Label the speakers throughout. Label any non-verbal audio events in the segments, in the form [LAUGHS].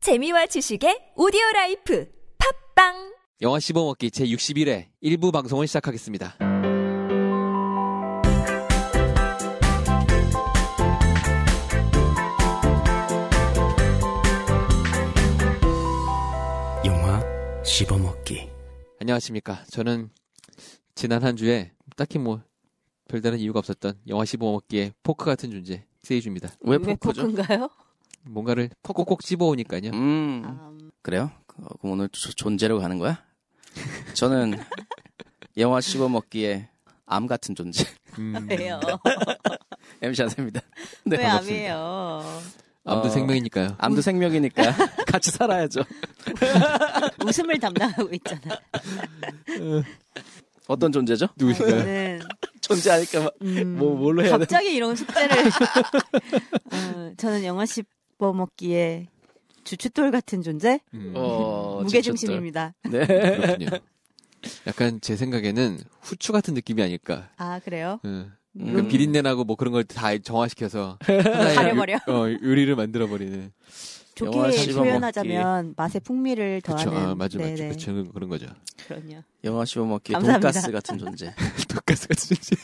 Speaker 1: 재미와 지식의 오디오 라이프 팝빵
Speaker 2: 영화 씹어먹기 제61회 1부 방송을 시작하겠습니다.
Speaker 3: 영화 씹어먹기
Speaker 2: 안녕하십니까. 저는 지난 한 주에 딱히 뭐 별다른 이유가 없었던 영화 씹어먹기의 포크 같은 존재 세이주입니다.
Speaker 3: 왜
Speaker 4: 왜
Speaker 3: 포크죠?
Speaker 4: 포크인가요?
Speaker 2: 뭔가를 꼭꼭 씹어오니까요.
Speaker 3: 음
Speaker 4: 음,
Speaker 3: 그래요? 어, 그럼 오늘 조- 존재로 가는 거야?
Speaker 4: [LAUGHS]
Speaker 3: 저는 영화 씹어먹기에 암 같은 존재 [LAUGHS]
Speaker 2: 음,
Speaker 4: [LAUGHS] 왜요?
Speaker 3: MC 안세입니다 네,
Speaker 4: 왜
Speaker 3: 반갑습니다.
Speaker 4: 암이에요?
Speaker 2: 암도
Speaker 3: 어,
Speaker 2: 생명이니까요.
Speaker 3: 암도 생명이니까
Speaker 4: [LAUGHS]
Speaker 3: 같이 살아야죠
Speaker 4: 웃음을 담당하고 있잖아.
Speaker 3: 어떤 존재죠?
Speaker 2: 누구신가요?
Speaker 4: 저는
Speaker 3: 존재 아닐까
Speaker 4: 음,
Speaker 3: 뭐 뭘로
Speaker 2: 네.
Speaker 3: 해야 되나?
Speaker 4: 네. 갑자기 이런 숙제를. [LAUGHS] 어, 저는 영화 씹어먹기에 주춧돌 같은 존재
Speaker 2: 음,
Speaker 3: 어,
Speaker 4: 무게중심입니다.
Speaker 3: 네.
Speaker 2: 그렇군요. 약간 제 생각에는 후추 같은 느낌이 아닐까.
Speaker 4: 아 그래요?
Speaker 2: 음, 그
Speaker 3: 음.
Speaker 2: 비린내나고 뭐 그런 걸 다 정화시켜서 하나의
Speaker 4: 가려버려.
Speaker 2: 요- 어, 요리를 만들어버리는.
Speaker 3: 영화
Speaker 4: 좋게
Speaker 3: 씹어먹기.
Speaker 4: 표현하자면 맛의 풍미를
Speaker 2: 그쵸.
Speaker 4: 더하는.
Speaker 2: 아, 맞아, 맞아.
Speaker 4: 네네.
Speaker 2: 그쵸. 그런 거죠. [LAUGHS]
Speaker 4: 그럼요.
Speaker 3: 영화 씹어먹기에
Speaker 4: 감사합니다.
Speaker 3: 돈가스 같은 존재
Speaker 4: [LAUGHS]
Speaker 2: 독가스 같은 존재.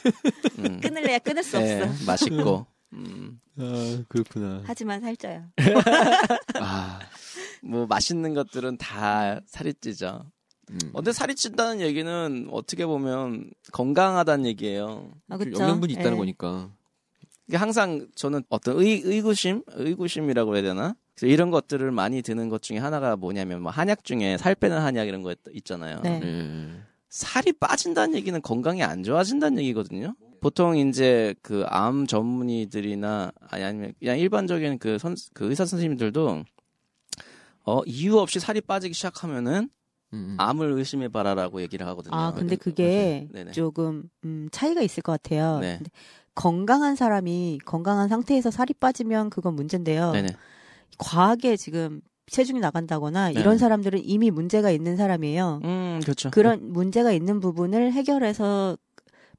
Speaker 3: 음.
Speaker 4: 끊을래야 끊을 수
Speaker 3: 네,
Speaker 4: 없어.
Speaker 3: 맛있고 음.
Speaker 2: 아, 그렇구나.
Speaker 4: 하지만 살쪄요.
Speaker 2: 아,
Speaker 3: 뭐 맛있는 것들은 다 살이 찌죠
Speaker 2: 음.
Speaker 3: 어, 근데 살이 찐다는 얘기는 어떻게 보면 건강하다는 얘기예요.
Speaker 4: 아,
Speaker 2: 좀
Speaker 4: 그쵸?
Speaker 2: 영양분이 있다는
Speaker 4: 예.
Speaker 2: 거니까.
Speaker 3: 이게 항상 저는 어떤 의, 의구심, 의구심이라고 해야 되나? 그래서 이런 것들을 많이 드는 것 중에 하나가 뭐냐면 뭐 한약 중에 살 빼는 한약 이런 거 있- 있잖아요.
Speaker 4: 네.
Speaker 2: 예.
Speaker 3: 살이 빠진다는 얘기는 건강이 안 좋아진다는 얘기거든요. 보통 이제 그 암 전문의들이나 아니 아니면 그냥 일반적인 그, 선, 그 의사 선생님들도 어 이유 없이 살이 빠지기 시작하면은
Speaker 2: 음, 음.
Speaker 3: 암을 의심해 봐라라고 얘기를 하거든요. 네.
Speaker 4: 아 근데 그게
Speaker 3: 네네.
Speaker 4: 조금 음, 차이가 있을 것 같아요.
Speaker 3: 네.
Speaker 4: 근데 건강한 사람이 건강한 상태에서 살이 빠지면 그건 문제인데요.
Speaker 3: 네네.
Speaker 4: 과하게 지금 체중이 나간다거나
Speaker 3: 네.
Speaker 4: 이런 사람들은 이미 문제가 있는 사람이에요.
Speaker 3: 음, 그렇죠.
Speaker 4: 그런 문제가 있는 부분을 해결해서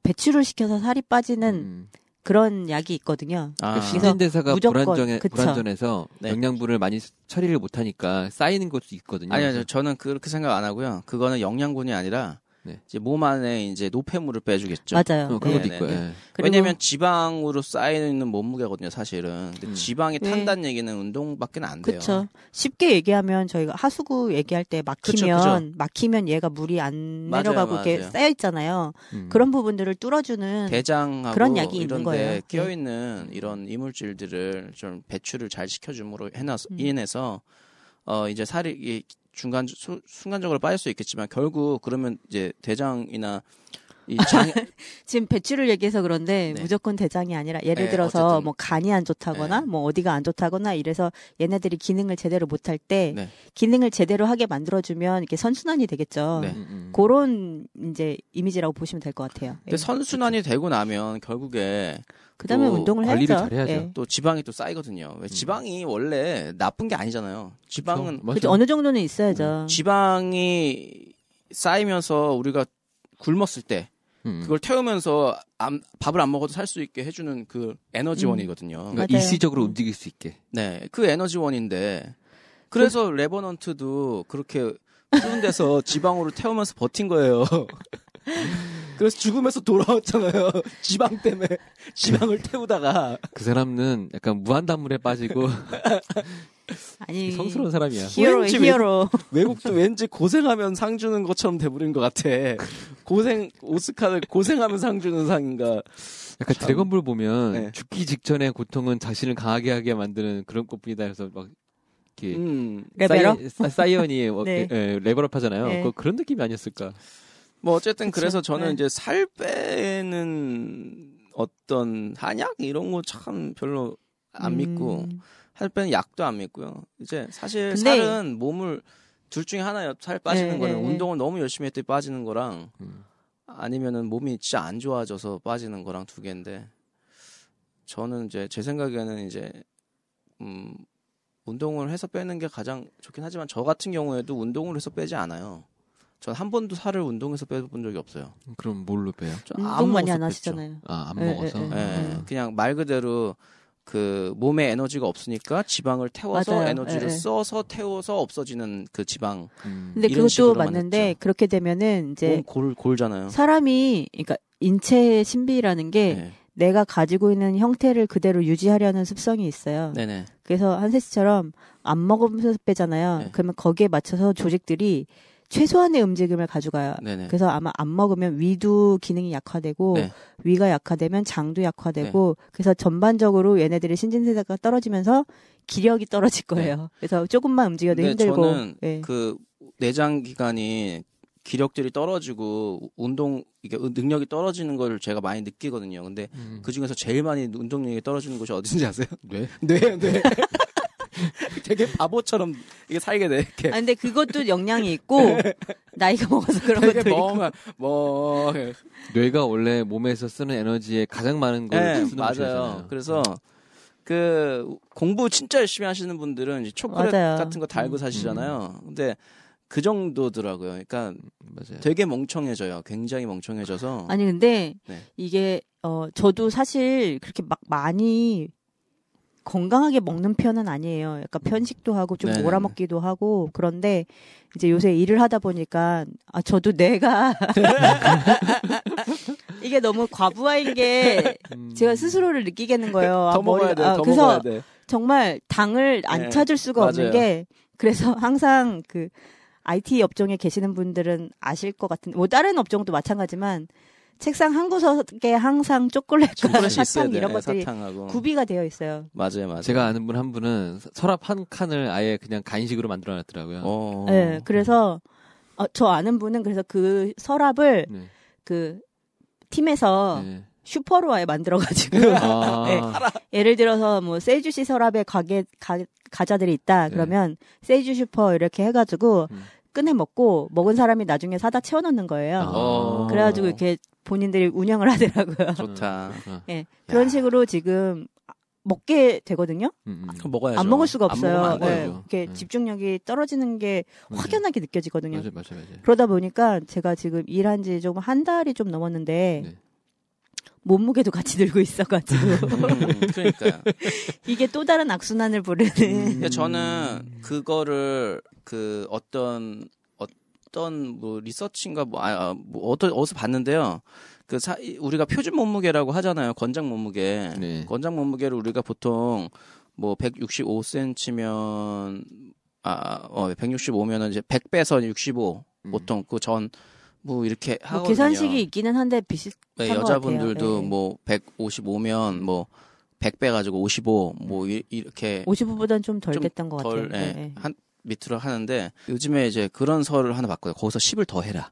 Speaker 4: 배출을 시켜서 살이 빠지는
Speaker 2: 음.
Speaker 4: 그런 약이 있거든요.
Speaker 3: 아,
Speaker 2: 그러니까 신진대사가
Speaker 4: 무조건,
Speaker 2: 불안정해,
Speaker 4: 그쵸.
Speaker 2: 불안전해서
Speaker 3: 네.
Speaker 2: 영양분을 많이 스- 처리를 못하니까 쌓이는 것도 있거든요.
Speaker 3: 아니요, 아니요. 저는 그렇게 생각 안 하고요. 그거는 영양분이 아니라
Speaker 2: 네.
Speaker 3: 이제 몸 안에 이제 노폐물을 빼주겠죠.
Speaker 4: 맞아요.
Speaker 2: 어, 그런
Speaker 3: 네,
Speaker 2: 것도
Speaker 3: 네,
Speaker 2: 있고.
Speaker 3: 네.
Speaker 2: 예.
Speaker 4: 그리고-
Speaker 3: 왜냐면 지방으로 쌓여 있는 몸무게거든요, 사실은. 근데
Speaker 2: 음.
Speaker 3: 지방이
Speaker 4: 네.
Speaker 3: 탄다는 얘기는 운동밖에 안 돼요.
Speaker 4: 그쵸. 쉽게 얘기하면 저희가 하수구 얘기할 때 막히면
Speaker 3: 그쵸, 그쵸.
Speaker 4: 막히면 얘가 물이 안
Speaker 3: 맞아요,
Speaker 4: 내려가고 이렇게
Speaker 3: 맞아요.
Speaker 4: 쌓여 있잖아요.
Speaker 2: 음.
Speaker 4: 그런 부분들을 뚫어주는
Speaker 3: 대장하고
Speaker 4: 음. 그런 약이 있는
Speaker 3: 이런데
Speaker 4: 거예요. 네.
Speaker 3: 끼어 있는 이런 이물질들을 좀 배출을 잘 시켜줌으로 해놔서
Speaker 4: 음.
Speaker 3: 인해서 어 이제 살이 이 중간 수- 순간적으로 빠질 수 있겠지만 결국 그러면 이제 대장이나 이장
Speaker 4: 지금 배추를 얘기해서 그런데
Speaker 3: 네.
Speaker 4: 무조건 대장이 아니라 예를
Speaker 3: 네,
Speaker 4: 들어서
Speaker 3: 어쨌든.
Speaker 4: 뭐 간이 안 좋다거나
Speaker 3: 네.
Speaker 4: 뭐 어디가 안 좋다거나 이래서 얘네들이 기능을 제대로 못할 때
Speaker 3: 네.
Speaker 4: 기능을 제대로 하게 만들어주면 이게 선순환이 되겠죠.
Speaker 3: 네.
Speaker 2: 음, 음.
Speaker 4: 그런 이제 이미지라고 보시면 될 것 같아요. 예.
Speaker 3: 근데 선순환이 되고 나면 결국에
Speaker 4: 네. 그다음에
Speaker 3: 또
Speaker 4: 운동을
Speaker 2: 관리를
Speaker 4: 해야죠.
Speaker 2: 잘해야죠.
Speaker 4: 예.
Speaker 3: 또 지방이 또 쌓이거든요. 왜 지방이 원래 나쁜 게 아니잖아요. 음. 지방은
Speaker 2: 맞아요.
Speaker 4: 그죠 뭐. 어느 정도는 있어야죠.
Speaker 3: 지방이 쌓이면서 우리가 굶었을 때
Speaker 2: 음.
Speaker 3: 그걸 태우면서 암- 밥을 안 먹어도 살 수 있게 해주는 그 에너지원이거든요.
Speaker 2: 그러니까
Speaker 4: 맞아요.
Speaker 2: 일시적으로
Speaker 4: 음.
Speaker 2: 움직일 수 있게.
Speaker 3: 네, 그 에너지원인데 그래서 레버넌트도 그렇게 푸른 데서 지방으로 태우면서 버틴 거예요. [LAUGHS] 그래서 죽으면서 돌아왔잖아요. 지방 때문에 지방을 태우다가
Speaker 2: 그 사람은 약간 무한단물에 [LAUGHS] 빠지고
Speaker 4: 아니
Speaker 2: 성스러운 사람이야.
Speaker 4: 히어로
Speaker 3: 왠지 왜-
Speaker 4: 히어로.
Speaker 3: 외국도 왠지 고생하면 상 주는 것처럼 돼버린 것 같아. 고생 오스카를 고생하면 상 주는 상인가.
Speaker 2: 약간
Speaker 3: 참.
Speaker 2: 드래곤볼 보면
Speaker 3: 네.
Speaker 2: 죽기 직전의 고통은 자신을 강하게 하게 만드는 그런 것뿐이다 해서 막 이렇게
Speaker 3: 음.
Speaker 4: 레벨업?
Speaker 2: 사이, 사이언이뭐
Speaker 3: [LAUGHS]
Speaker 2: 예,
Speaker 4: 네.
Speaker 2: 레벨업 하잖아요.
Speaker 4: 네.
Speaker 2: 그, 런 느낌이 아니었을까.
Speaker 3: 뭐 어쨌든
Speaker 4: 그쵸.
Speaker 3: 그래서 저는
Speaker 4: 네.
Speaker 3: 이제 살 빼는 어떤 한약 이런 거 참 별로 안 믿고
Speaker 4: 음.
Speaker 3: 살 빼는 약도 안 믿고요. 이제 사실
Speaker 4: 근데-
Speaker 3: 살은 몸을 둘 중에 하나예요. 살 빠지는
Speaker 4: 네,
Speaker 3: 거는
Speaker 4: 네, 네.
Speaker 3: 운동을 너무 열심히 했더니 빠지는 거랑
Speaker 2: 음.
Speaker 3: 아니면은 몸이 진짜 안 좋아져서 빠지는 거랑 두 개인데 저는 이제 제 생각에는 이제 음 운동을 해서 빼는 게 가장 좋긴 하지만 저 같은 경우에도 운동을 해서 빼지 않아요. 전 한 번도 살을 운동해서 빼본 적이 없어요.
Speaker 2: 그럼 뭘로 빼요?
Speaker 3: 전
Speaker 4: 운동
Speaker 3: 아무
Speaker 4: 음, 많이 안
Speaker 3: 모습 뺐죠.
Speaker 4: 하시잖아요.
Speaker 2: 아, 안
Speaker 4: 예,
Speaker 2: 먹어서.
Speaker 4: 예,
Speaker 3: 예, 그냥 말 그대로 그 몸에 에너지가 없으니까 지방을 태워서
Speaker 4: 맞아요.
Speaker 3: 에너지를
Speaker 4: 예, 예.
Speaker 3: 써서 태워서 없어지는 그 지방
Speaker 2: 음.
Speaker 4: 근데
Speaker 3: 이런
Speaker 4: 그것도
Speaker 3: 식으로만
Speaker 4: 맞는데
Speaker 3: 했죠.
Speaker 4: 그렇게 되면은 이제
Speaker 3: 몸골 골잖아요.
Speaker 4: 사람이 그러니까 인체의 신비라는 게
Speaker 3: 네.
Speaker 4: 내가 가지고 있는 형태를 그대로 유지하려는 습성이 있어요.
Speaker 3: 네네.
Speaker 4: 그래서 한세스처럼 안 먹으면서 빼잖아요.
Speaker 3: 네.
Speaker 4: 그러면 거기에 맞춰서 조직들이 최소한의 움직임을 가져가요.
Speaker 3: 네네.
Speaker 4: 그래서 아마 안 먹으면 위도 기능이 약화되고
Speaker 3: 네.
Speaker 4: 위가 약화되면 장도 약화되고 그래서 전반적으로 얘네들의 신진세대가 떨어지면서 기력이 떨어질 거예요. 그래서 조금만 움직여도
Speaker 3: 네,
Speaker 4: 힘들고
Speaker 3: 저는
Speaker 4: 예.
Speaker 3: 그 내장 기관이 기력들이 떨어지고 운동 이게 능력이 떨어지는 걸 제가 많이 느끼거든요. 근데
Speaker 2: 음. 네.
Speaker 3: 그 중에서 제일 많이 운동력이 떨어지는 곳이
Speaker 2: [LAUGHS]
Speaker 3: 어딘지 아세요?
Speaker 2: 뇌?
Speaker 3: 뇌, 뇌. [LAUGHS] 되게 바보처럼 이게 살게 돼. 이렇게
Speaker 4: 아, 근데 그것도 영향이 있고
Speaker 3: [LAUGHS]
Speaker 4: 나이가 먹어서 그런 것도
Speaker 3: 네. 되게
Speaker 4: 있고
Speaker 3: 멍한 멍.
Speaker 2: 뇌가 원래 몸에서 쓰는 에너지의 가장 많은 걸
Speaker 3: 네,
Speaker 2: 쓰는
Speaker 3: 맞아요.
Speaker 2: 곳이잖아요. 네.
Speaker 3: 그래서 그 공부 진짜 열심히 하시는 분들은 이제 초콜릿
Speaker 4: 맞아요.
Speaker 3: 같은 거 달고
Speaker 4: 음.
Speaker 3: 사시잖아요. 근데 그 정도더라고요. 그러니까
Speaker 2: 맞아요.
Speaker 3: 되게 멍청해져요. 굉장히 멍청해져서.
Speaker 4: 아니 근데
Speaker 3: 네.
Speaker 4: 이게 어 저도 사실 그렇게 막 많이 건강하게 먹는 편은 아니에요. 약간 편식도 하고 좀
Speaker 3: 네네네.
Speaker 4: 몰아먹기도 하고 그런데 이제 요새 일을 하다 보니까 아 저도 내가 [LAUGHS] 이게 너무 과부하인 게
Speaker 2: 음.
Speaker 4: 제가 스스로를 느끼겠는 거예요. 아,
Speaker 3: 더 먹어야
Speaker 4: 머리가-
Speaker 3: 돼.
Speaker 4: 아,
Speaker 3: 더
Speaker 4: 그래서
Speaker 3: 먹어야 돼.
Speaker 4: 정말 당을 안
Speaker 3: 네,
Speaker 4: 찾을 수가 없는
Speaker 3: 맞아요.
Speaker 4: 게 그래서 [LAUGHS] 항상 그 IT 업종에 계시는 분들은 아실 것 같은 뭐 다른 업종도 마찬가지만 책상 한 구석에 항상 초콜릿과
Speaker 3: 아, 초콜릿이 있어야
Speaker 4: 아, 사탕
Speaker 3: 돼.
Speaker 4: 이런
Speaker 3: 네,
Speaker 4: 것들이
Speaker 3: 사탕하고.
Speaker 4: 구비가 되어 있어요.
Speaker 3: 맞아요, 맞아요.
Speaker 2: 제가 아는 분 한 분은 서랍 한 칸을 아예 그냥 간식으로 만들어놨더라고요.
Speaker 3: 어.
Speaker 4: 네, 그래서 어, 저 아는 분은 그래서 그 서랍을
Speaker 2: 네.
Speaker 4: 그 팀에서
Speaker 2: 네.
Speaker 4: 슈퍼로 아예
Speaker 3: [LAUGHS]
Speaker 4: 만들어가지고
Speaker 2: 아,
Speaker 4: 어. [LAUGHS] 네. 예를 들어서 뭐 세이주시 서랍에 가게 가, 가자들이 있다
Speaker 2: 네.
Speaker 4: 그러면 세이주 슈퍼 이렇게 해가지고
Speaker 2: 음.
Speaker 4: 꺼내 먹고 먹은 사람이 나중에 사다 채워넣는 거예요.
Speaker 3: 아.
Speaker 2: 어.
Speaker 4: 그래가지고 이렇게 본인들이 운영을 하더라고요.
Speaker 3: 좋다.
Speaker 2: 아,
Speaker 4: [LAUGHS] 예 그런 식으로 지금 먹게 되거든요.
Speaker 2: 음, 음.
Speaker 3: 그럼 먹어야죠.
Speaker 4: 안 먹을 수가
Speaker 3: 안 먹으면
Speaker 4: 없어요.
Speaker 3: 안
Speaker 4: 예,
Speaker 3: 돼요.
Speaker 2: 돼요.
Speaker 4: 이렇게
Speaker 2: 네.
Speaker 4: 집중력이 떨어지는 게
Speaker 2: 맞아요.
Speaker 4: 확연하게 느껴지거든요.
Speaker 2: 맞아요, 맞아요, 맞아요.
Speaker 4: 그러다 보니까 제가 지금 일한 지 조금 한 달이 좀 넘었는데
Speaker 2: 네.
Speaker 4: 몸무게도 같이 늘고
Speaker 3: [LAUGHS]
Speaker 4: 있어가지고
Speaker 3: 음, 그러니까요.
Speaker 4: 이게 또 다른 악순환을 부르는
Speaker 2: 음.
Speaker 3: 근데 저는 그거를 그 어떤 어떤 뭐 리서치인가 뭐, 아, 아, 뭐 어디, 어디서 봤는데요. 그 사, 이- 우리가 표준 몸무게라고 하잖아요. 권장 몸무게.
Speaker 2: 네.
Speaker 3: 권장 몸무게를 우리가 보통 뭐 165cm면 아, 어, 165면은 이제 100배에서 65
Speaker 2: 음.
Speaker 3: 보통 그 전 뭐 이렇게
Speaker 4: 뭐
Speaker 3: 하거든요.
Speaker 4: 계산식이 있기는 한데 비슷
Speaker 3: 네,
Speaker 4: 한것
Speaker 3: 여자분들도
Speaker 4: 같아요. 네.
Speaker 3: 뭐 155면 뭐 100배 가지고 55 뭐 이- 이렇게
Speaker 4: 55보단 좀 덜
Speaker 3: 좀
Speaker 4: 됐던 것 같아요.
Speaker 3: 덜, 예,
Speaker 4: 예, 예.
Speaker 3: 한 밑으로 하는데 요즘에 이제 그런 설을 하나 봤거든요. 거기서 10을 더 해라.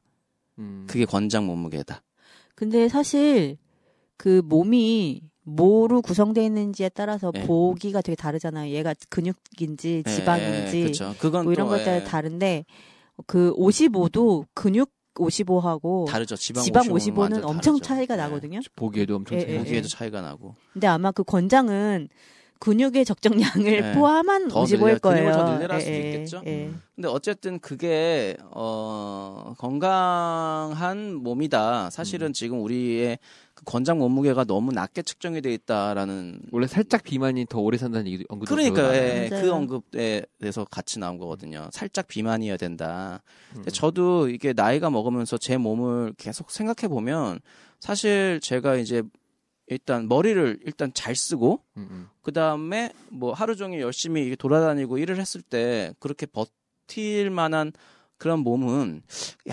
Speaker 2: 음.
Speaker 3: 그게 권장 몸무게다.
Speaker 4: 근데 사실 그 몸이 뭐로 구성되어 있는지에 따라서
Speaker 3: 예.
Speaker 4: 보기가 되게 다르잖아요. 얘가 그 근육인지 지방인지
Speaker 3: 네, 그렇죠. 그건
Speaker 4: 뭐 이런
Speaker 3: 또,
Speaker 4: 것에 따라
Speaker 3: 예,
Speaker 4: 다른데 그 55도 근육 55하고
Speaker 3: 다르죠. 지방,
Speaker 4: 지방
Speaker 3: 55는
Speaker 4: 55는,
Speaker 3: 완전
Speaker 4: 엄청
Speaker 3: 다르죠.
Speaker 4: 차이가
Speaker 3: 예.
Speaker 4: 나거든요.
Speaker 2: 보기에도 엄청
Speaker 4: 예,
Speaker 2: 차이.
Speaker 4: 예,
Speaker 2: 나죠.
Speaker 3: 보기에도 차이가 나고
Speaker 4: 근데 아마 그 권장은 근육의 적정량을
Speaker 3: 예.
Speaker 4: 포함한
Speaker 3: 더
Speaker 4: 55일
Speaker 3: 늘려- 근육을
Speaker 4: 거예요.
Speaker 3: 더 늘려라 할 수도
Speaker 4: 예, 예,
Speaker 3: 있겠죠?
Speaker 4: 예.
Speaker 2: 음.
Speaker 3: 근데 어쨌든 그게 어 건강한 몸이다. 사실은 지금 우리의 그 권장 몸무게가 너무 낮게 측정이 돼 있다라는
Speaker 2: 원래 살짝 비만이 더 오래 산다는 얘기도 언급도
Speaker 3: 그러니까
Speaker 2: 들어가요.
Speaker 3: 예,
Speaker 4: 맞아요.
Speaker 3: 그 언급에 대해서 같이 나온 거거든요. 살짝 비만이어야 된다.
Speaker 2: 음.
Speaker 3: 근데 저도 이게 나이가 먹으면서 제 몸을 계속 생각해 보면 사실 제가 이제 일단 머리를 일단 잘 쓰고
Speaker 2: 음, 음.
Speaker 3: 그 다음에 뭐 하루 종일 열심히 이게 돌아다니고 일을 했을 때 그렇게 버틸 만한 그런 몸은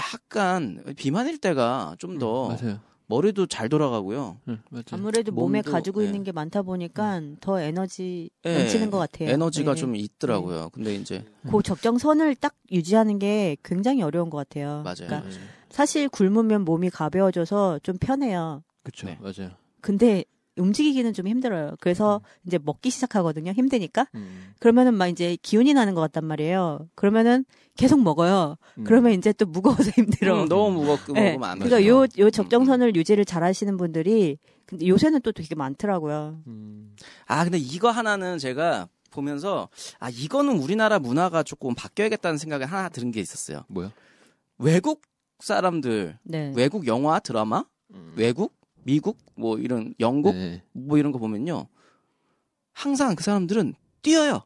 Speaker 3: 약간 비만일 때가 좀 더
Speaker 2: 음, 맞아요.
Speaker 3: 머리도 잘 돌아가고요.
Speaker 2: 음, 맞아요.
Speaker 4: 아무래도 몸에
Speaker 3: 몸도,
Speaker 4: 가지고
Speaker 3: 예. 음.
Speaker 4: 있는 게 많다 보니까 더 에너지
Speaker 3: 예,
Speaker 4: 넘치는 것 같아요.
Speaker 3: 에너지가
Speaker 4: 예.
Speaker 3: 좀 있더라고요. 근데 이제
Speaker 4: 그 적정선을 딱 유지하는 게 굉장히 어려운 것 같아요.
Speaker 3: 맞아요.
Speaker 4: 그러니까
Speaker 2: 네.
Speaker 4: 사실 굶으면 몸이 가벼워져서 좀 편해요.
Speaker 2: 그렇죠.
Speaker 3: 네.
Speaker 2: 맞아요.
Speaker 4: 근데 움직이기는 좀 힘들어요. 그래서
Speaker 3: 음.
Speaker 4: 이제 먹기 시작하거든요. 힘드니까.
Speaker 2: 음,
Speaker 4: 그러면은 막 이제 기운이 나는 것 같단 말이에요. 그러면은 계속 먹어요.
Speaker 2: 음.
Speaker 4: 그러면 이제 또 무거워서 [LAUGHS] 힘들어.
Speaker 3: 음, 너무 무겁게
Speaker 4: 예.
Speaker 3: 먹으면 안 음, 돼요.
Speaker 4: 그러니까 요, 요 적정선을 유지를 잘 하시는 분들이 근데 요새는 또 되게 많더라고요.
Speaker 2: 음.
Speaker 3: 아 근데 이거 하나는 제가 보면서 아 이거는 우리나라 문화가 조금 바뀌어야겠다는 생각을 하나 들은 게 있었어요.
Speaker 2: 뭐야?
Speaker 3: 외국 사람들
Speaker 4: 네.
Speaker 3: 외국 영화 드라마 외국 미국 뭐 이런 영국
Speaker 2: 네.
Speaker 3: 뭐 이런 거 보면요 항상 그 사람들은 뛰어요.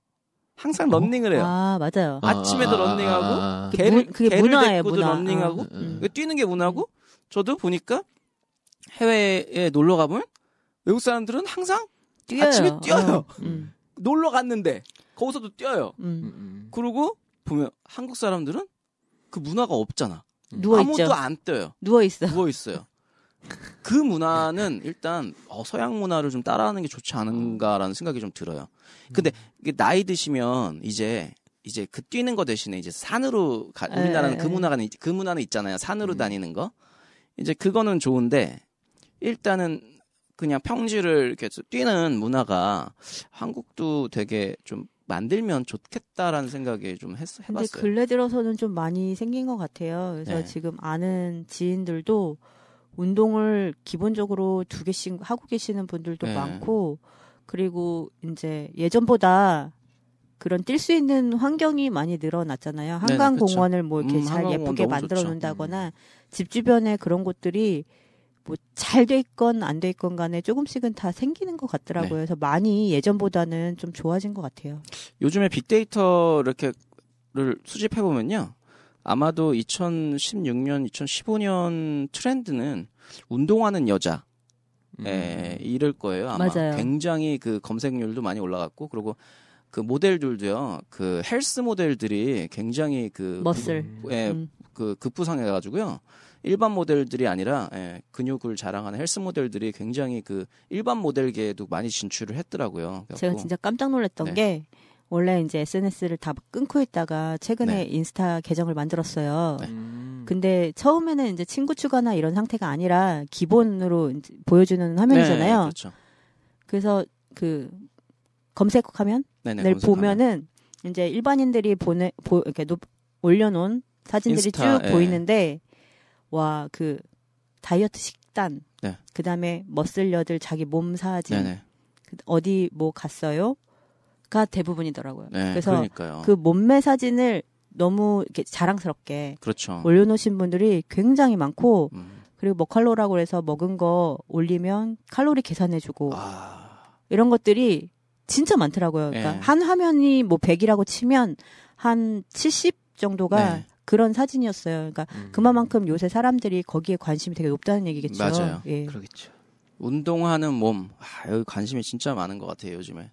Speaker 3: 항상 런닝을 해요.
Speaker 4: 아 맞아요.
Speaker 3: 아침에도 런닝하고
Speaker 4: 그
Speaker 3: 개를,
Speaker 4: 문- 그게
Speaker 3: 개를
Speaker 4: 문화예요,
Speaker 3: 데리고도
Speaker 4: 문화.
Speaker 3: 런닝하고
Speaker 4: 어. 음.
Speaker 3: 그 뛰는 게 문화고 저도 보니까 해외에 놀러 가면 외국 사람들은 항상
Speaker 4: 뛰어요.
Speaker 3: 아침에 뛰어요.
Speaker 4: 어, 음,
Speaker 3: 놀러 갔는데 거기서도 뛰어요.
Speaker 4: 음.
Speaker 3: 그러고 보면 한국 사람들은 그 문화가 없잖아.
Speaker 4: 누워 있죠.
Speaker 3: 아무도 안 떠요.
Speaker 4: 누워 있어.
Speaker 3: 누워 있어요. 그 문화는 일단 어, 서양 문화를 좀 따라하는 게 좋지 않은가라는 생각이 좀 들어요. 근데
Speaker 4: 음.
Speaker 3: 이게 나이 드시면 이제 이제 그 뛰는 거 대신에 이제 산으로 가,
Speaker 4: 에,
Speaker 3: 우리나라는
Speaker 4: 에,
Speaker 3: 그
Speaker 4: 에.
Speaker 3: 문화가 있- 그 문화는 있잖아요. 산으로
Speaker 2: 음.
Speaker 3: 다니는 거. 이제 그거는 좋은데 일단은 그냥 평지를 이렇게 뛰는 문화가 한국도 되게 좀 만들면 좋겠다라는 생각이 좀 했,
Speaker 4: 근데
Speaker 3: 해봤어요.
Speaker 4: 근래 들어서는 좀 많이 생긴 것 같아요. 그래서
Speaker 3: 네.
Speaker 4: 지금 아는 지인들도 운동을 기본적으로 두 개씩 하고 계시는 분들도
Speaker 3: 네.
Speaker 4: 많고, 그리고 이제 예전보다 그런 뛸 수 있는 환경이 많이
Speaker 3: 네네,
Speaker 4: 늘어났잖아요. 한강
Speaker 3: 그쵸.
Speaker 4: 공원을 뭐 이렇게
Speaker 3: 음,
Speaker 4: 잘
Speaker 3: 한강 공원
Speaker 4: 예쁘게
Speaker 3: 너무
Speaker 4: 만들어
Speaker 3: 좋죠.
Speaker 4: 놓는다거나 집 주변에 그런 곳들이 뭐 잘 돼 있건 안 돼 있건 간에 조금씩은 다 생기는 것 같더라고요.
Speaker 3: 네.
Speaker 4: 그래서 많이 예전보다는 좀 좋아진 것 같아요.
Speaker 3: 요즘에 빅데이터 이렇게를 수집해 보면요. 아마도 2016년, 2015년 트렌드는 운동하는 여자
Speaker 2: 음.
Speaker 4: 음.
Speaker 3: 에 이럴 거예요. 아마
Speaker 4: 맞아요.
Speaker 3: 굉장히 그 검색률도 많이 올라갔고 그리고 그 모델들도요. 그 헬스 모델들이 굉장히 그
Speaker 4: 멋을.
Speaker 3: 예,
Speaker 4: 음.
Speaker 3: 그 급부상해 가지고요. 일반 모델들이 아니라 예, 근육을 자랑하는 헬스 모델들이 굉장히 그 일반 모델계에도 많이 진출을 했더라고요. 그래갖고
Speaker 4: 제가 진짜 깜짝 놀랐던
Speaker 3: 네.
Speaker 4: 게 원래 이제 SNS를 다 끊고 있다가 최근에
Speaker 3: 네.
Speaker 4: 인스타 계정을 만들었어요.
Speaker 3: 음.
Speaker 4: 근데 처음에는 이제 친구 추가나 이런 상태가 아니라 기본으로 이제 보여주는
Speaker 3: 네,
Speaker 4: 화면이잖아요.
Speaker 3: 그렇죠.
Speaker 4: 그래서 그 검색하면
Speaker 3: 네네,
Speaker 4: 늘
Speaker 3: 검색하면.
Speaker 4: 보면은 이제 일반인들이 보내 보 이렇게 높, 올려놓은 사진들이
Speaker 3: 인스타,
Speaker 4: 쭉
Speaker 3: 예.
Speaker 4: 보이는데 와 그 다이어트 식단
Speaker 3: 네.
Speaker 4: 그다음에 멋슬려들 자기 몸 사진
Speaker 3: 네네.
Speaker 4: 그- 어디 뭐 갔어요가 대부분이더라고요.
Speaker 3: 네,
Speaker 4: 그래서
Speaker 3: 그러니까요.
Speaker 4: 그 몸매 사진을 너무 이렇게 자랑스럽게
Speaker 3: 그렇죠.
Speaker 4: 올려놓으신 분들이 굉장히 많고
Speaker 3: 음.
Speaker 4: 그리고 뭐 먹칼로라고 해서 먹은 거 올리면 칼로리 계산해주고
Speaker 3: 아,
Speaker 4: 이런 것들이 진짜 많더라고요. 그러니까
Speaker 3: 네.
Speaker 4: 한 화면이 뭐 100이라고 치면 한 70 정도가
Speaker 3: 네. 음.
Speaker 4: 그런 사진이었어요. 그러니까 그만큼 요새 사람들이 거기에 관심이 되게 높다는 얘기겠죠.
Speaker 3: 맞아요. 그러니까
Speaker 4: 예.
Speaker 2: 그러겠죠.
Speaker 3: 운동하는 몸. 아, 여기 관심이 진짜 많은 것 같아요 요즘에.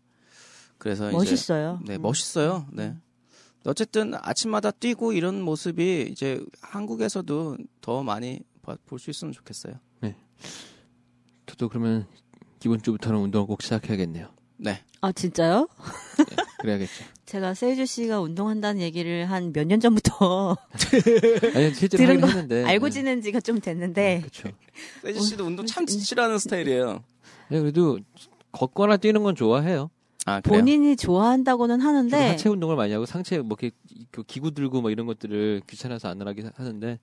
Speaker 3: 그래서 이제
Speaker 4: 멋있어요.
Speaker 3: 네
Speaker 4: 음.
Speaker 3: 멋있어요. 네. 어쨌든 아침마다 뛰고 이런 모습이 이제 한국에서도 더 많이 볼 수 있으면 좋겠어요.
Speaker 2: 저도 그러면 기본 주부터는 운동을 꼭 시작해야겠네요.
Speaker 3: 네.
Speaker 4: 아 진짜요? [LAUGHS]
Speaker 2: 그래야겠죠.
Speaker 4: 제가 세주 씨가 운동한다는 얘기를 한 몇 년 전부터
Speaker 2: 아니 실제로
Speaker 4: 들은
Speaker 2: 하긴
Speaker 4: 거
Speaker 2: 했는데
Speaker 4: 알고
Speaker 2: 네.
Speaker 4: 지낸 지가 좀
Speaker 2: 네,
Speaker 4: 됐는데
Speaker 2: 그렇죠.
Speaker 3: 세지 씨도 운동
Speaker 4: 음.
Speaker 3: 참 싫어하는 스타일이에요.
Speaker 2: 네, 그래도 걷거나 뛰는 건 좋아해요.
Speaker 3: 아 그래요?
Speaker 4: 본인이 좋아한다고는
Speaker 2: 주로
Speaker 4: 하는데
Speaker 2: 하체 운동을 많이 하고 상체 뭐 이렇게 그 기구 들고 막 이런 것들을 귀찮아서 안 하긴 하는데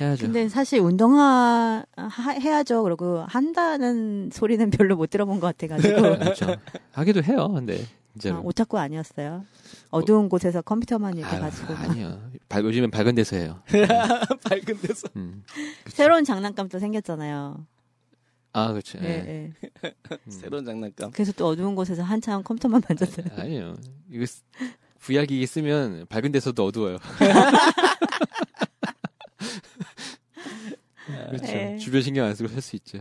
Speaker 2: 해야죠.
Speaker 4: 근데 사실 운동하 하- 해야죠. 그러고 한다는 소리는 별로 못 들어본
Speaker 2: [LAUGHS]
Speaker 4: 것 같아가지고
Speaker 2: 그렇죠. 하기도 해요. 근데 진짜로.
Speaker 4: 아, 오타쿠 아니었어요. 어두운 곳에서 컴퓨터만 이렇게
Speaker 2: 아유,
Speaker 4: 가지고 막.
Speaker 2: 아니요. 밝- 요즘엔 밝은 데서
Speaker 4: [LAUGHS]
Speaker 2: 해요.
Speaker 3: 밝은 데서.
Speaker 2: 음. 그쵸.
Speaker 4: 새로운 장난감도 생겼잖아요.
Speaker 2: 아 그렇죠.
Speaker 4: 예,
Speaker 2: 예.
Speaker 4: 예.
Speaker 2: 음.
Speaker 3: 새로운 장난감.
Speaker 4: 그래서 또 어두운 곳에서 한참 컴퓨터만 만졌어요. [LAUGHS]
Speaker 2: 아니요. 이거 쓰- 부약이 쓰면 밝은 데서도 어두워요. [LAUGHS] 그렇죠.
Speaker 4: 네.
Speaker 2: 주변 신경 안 쓰고 살 수 있죠.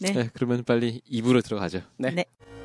Speaker 4: 네.
Speaker 2: 네, 그러면 빨리 입으로 들어가죠.
Speaker 3: 네.
Speaker 4: 네.